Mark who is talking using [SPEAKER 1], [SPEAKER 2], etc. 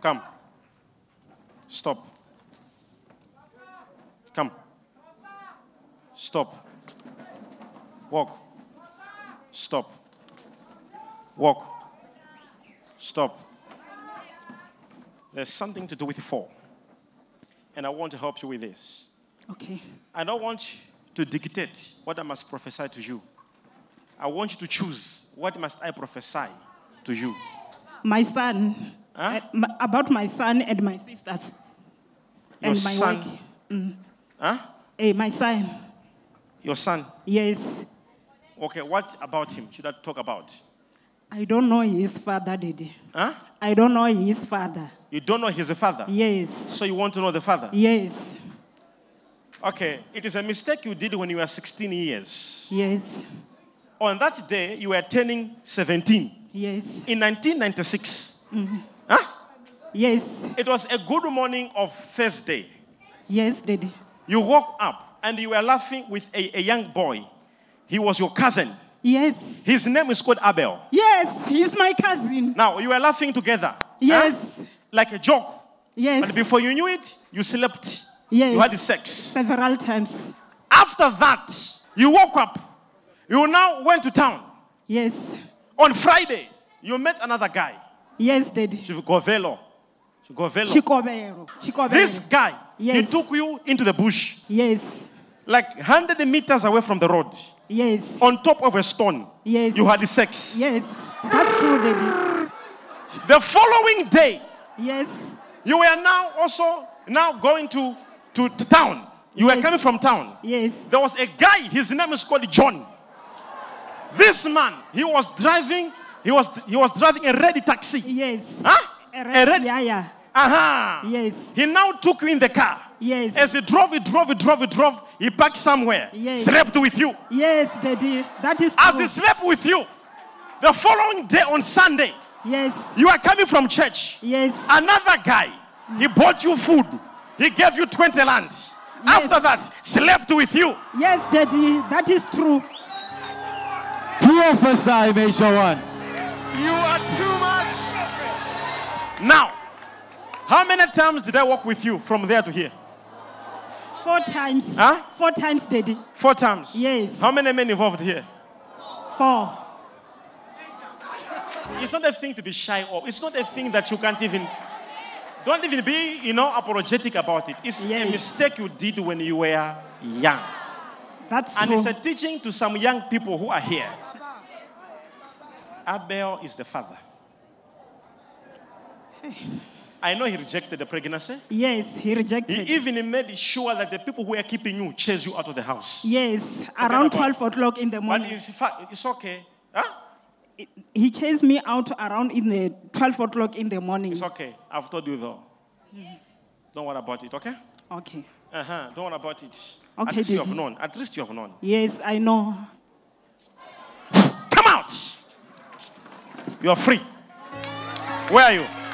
[SPEAKER 1] Come. Stop. Come. Stop. Walk. Stop. Walk. Stop. There's something to do with fall. And I want to help you with this.
[SPEAKER 2] Okay.
[SPEAKER 1] I don't want you to dictate what I must prophesy to you. I want you to choose what must I prophesy to you.
[SPEAKER 2] My son.
[SPEAKER 1] Huh?
[SPEAKER 2] uh, my- about my son and my sisters.
[SPEAKER 1] Your
[SPEAKER 2] and my
[SPEAKER 1] son.
[SPEAKER 2] work.
[SPEAKER 1] Huh?
[SPEAKER 2] Eh, my son.
[SPEAKER 1] Your son.
[SPEAKER 2] Yes.
[SPEAKER 1] Okay, what about him should I talk about?
[SPEAKER 2] I don't know his father, Daddy.
[SPEAKER 1] Huh?
[SPEAKER 2] I don't know his father.
[SPEAKER 1] You don't know he's a father.
[SPEAKER 2] Yes.
[SPEAKER 1] So you want to know the father?
[SPEAKER 2] Yes.
[SPEAKER 1] Okay, it is a mistake you did when you were 16 years.
[SPEAKER 2] Yes.
[SPEAKER 1] On that day, you were turning 17.
[SPEAKER 2] Yes.
[SPEAKER 1] In 1996, huh?
[SPEAKER 2] Yes.
[SPEAKER 1] it was a good morning of Thursday.
[SPEAKER 2] Yes, Daddy.
[SPEAKER 1] You woke up and you were laughing with a, a young boy. He was your cousin.
[SPEAKER 2] Yes.
[SPEAKER 1] His name is called Abel.
[SPEAKER 2] Yes. He's my cousin.
[SPEAKER 1] Now, you were laughing together. huh?
[SPEAKER 2] Yes.
[SPEAKER 1] Like a joke. But
[SPEAKER 2] Yes.
[SPEAKER 1] before you knew it, you slept.
[SPEAKER 2] Yes.
[SPEAKER 1] You had sex.
[SPEAKER 2] Several times.
[SPEAKER 1] After that, you woke up. You now went to town.
[SPEAKER 2] Yes.
[SPEAKER 1] On Friday, you met another guy,
[SPEAKER 2] Yes, Daddy.
[SPEAKER 1] Chigovelo. Chigovelo.
[SPEAKER 2] Chikobero. Chikobero.
[SPEAKER 1] this guy,
[SPEAKER 2] Yes.
[SPEAKER 1] he took you into the bush,
[SPEAKER 2] Yes.
[SPEAKER 1] like 100 meters away from the road,
[SPEAKER 2] Yes.
[SPEAKER 1] on top of a stone.
[SPEAKER 2] Yes.
[SPEAKER 1] You had sex.
[SPEAKER 2] Yes. That's true, Daddy.
[SPEAKER 1] The following day,
[SPEAKER 2] Yes.
[SPEAKER 1] you were now also now going to, to, to town. You were
[SPEAKER 2] Yes.
[SPEAKER 1] coming from town.
[SPEAKER 2] Yes.
[SPEAKER 1] There was a guy, his name is called John. This man, he was driving, he was he was driving a red taxi.
[SPEAKER 2] Yes.
[SPEAKER 1] Huh?
[SPEAKER 2] A
[SPEAKER 1] Ah, A red-
[SPEAKER 2] red. Yeah, yeah.
[SPEAKER 1] Aha.
[SPEAKER 2] Yes.
[SPEAKER 1] He now took you in the car.
[SPEAKER 2] Yes.
[SPEAKER 1] As he drove, he drove, he drove, he drove, he parked somewhere.
[SPEAKER 2] Yes. Oh.
[SPEAKER 1] Slept with you.
[SPEAKER 2] Yes, Daddy. That is
[SPEAKER 1] As
[SPEAKER 2] true.
[SPEAKER 1] he slept with you, the following day on Sunday,
[SPEAKER 2] Yes.
[SPEAKER 1] you are coming from church.
[SPEAKER 2] Yes.
[SPEAKER 1] Another guy, he bought you food. He gave you 20 lands. After that, slept with you.
[SPEAKER 2] Yes, Daddy. That is true.
[SPEAKER 3] Prophesy, Major One.
[SPEAKER 4] You are too much.
[SPEAKER 1] Now, how many times did I walk with you from there to here?
[SPEAKER 2] Four times.
[SPEAKER 1] Huh?
[SPEAKER 2] Four times, Daddy.
[SPEAKER 1] Four times.
[SPEAKER 2] Yes.
[SPEAKER 1] How many men involved here?
[SPEAKER 2] Four.
[SPEAKER 1] It's not a thing to be shy of. It's not a thing that you can't even. Don't even be, you know, apologetic about it. It's a
[SPEAKER 2] Yes.
[SPEAKER 1] mistake you did when you were young.
[SPEAKER 2] That's
[SPEAKER 1] And
[SPEAKER 2] true.
[SPEAKER 1] it's a teaching to some young people who are here. Abel is the father. I know he rejected the pregnancy.
[SPEAKER 2] yes, he
[SPEAKER 1] He
[SPEAKER 2] rejected.
[SPEAKER 1] even made sure that the people who were keeping you chase you out of the house.
[SPEAKER 2] yes, around
[SPEAKER 1] about it.
[SPEAKER 2] 12 o'clock in the
[SPEAKER 1] But
[SPEAKER 2] morning.
[SPEAKER 1] it's, fa- it's okay. Huh?
[SPEAKER 2] He chased me out around in the 12 o'clock in the morning.
[SPEAKER 1] It's okay. I've told you though. Don't worry about it, okay?
[SPEAKER 2] okay.
[SPEAKER 1] Uh huh. Don't worry about it. At
[SPEAKER 2] Okay,
[SPEAKER 1] least you
[SPEAKER 2] Daddy.
[SPEAKER 1] have known. At least you have known.
[SPEAKER 2] Yes, I know.
[SPEAKER 1] Come out. You are free. Where are you?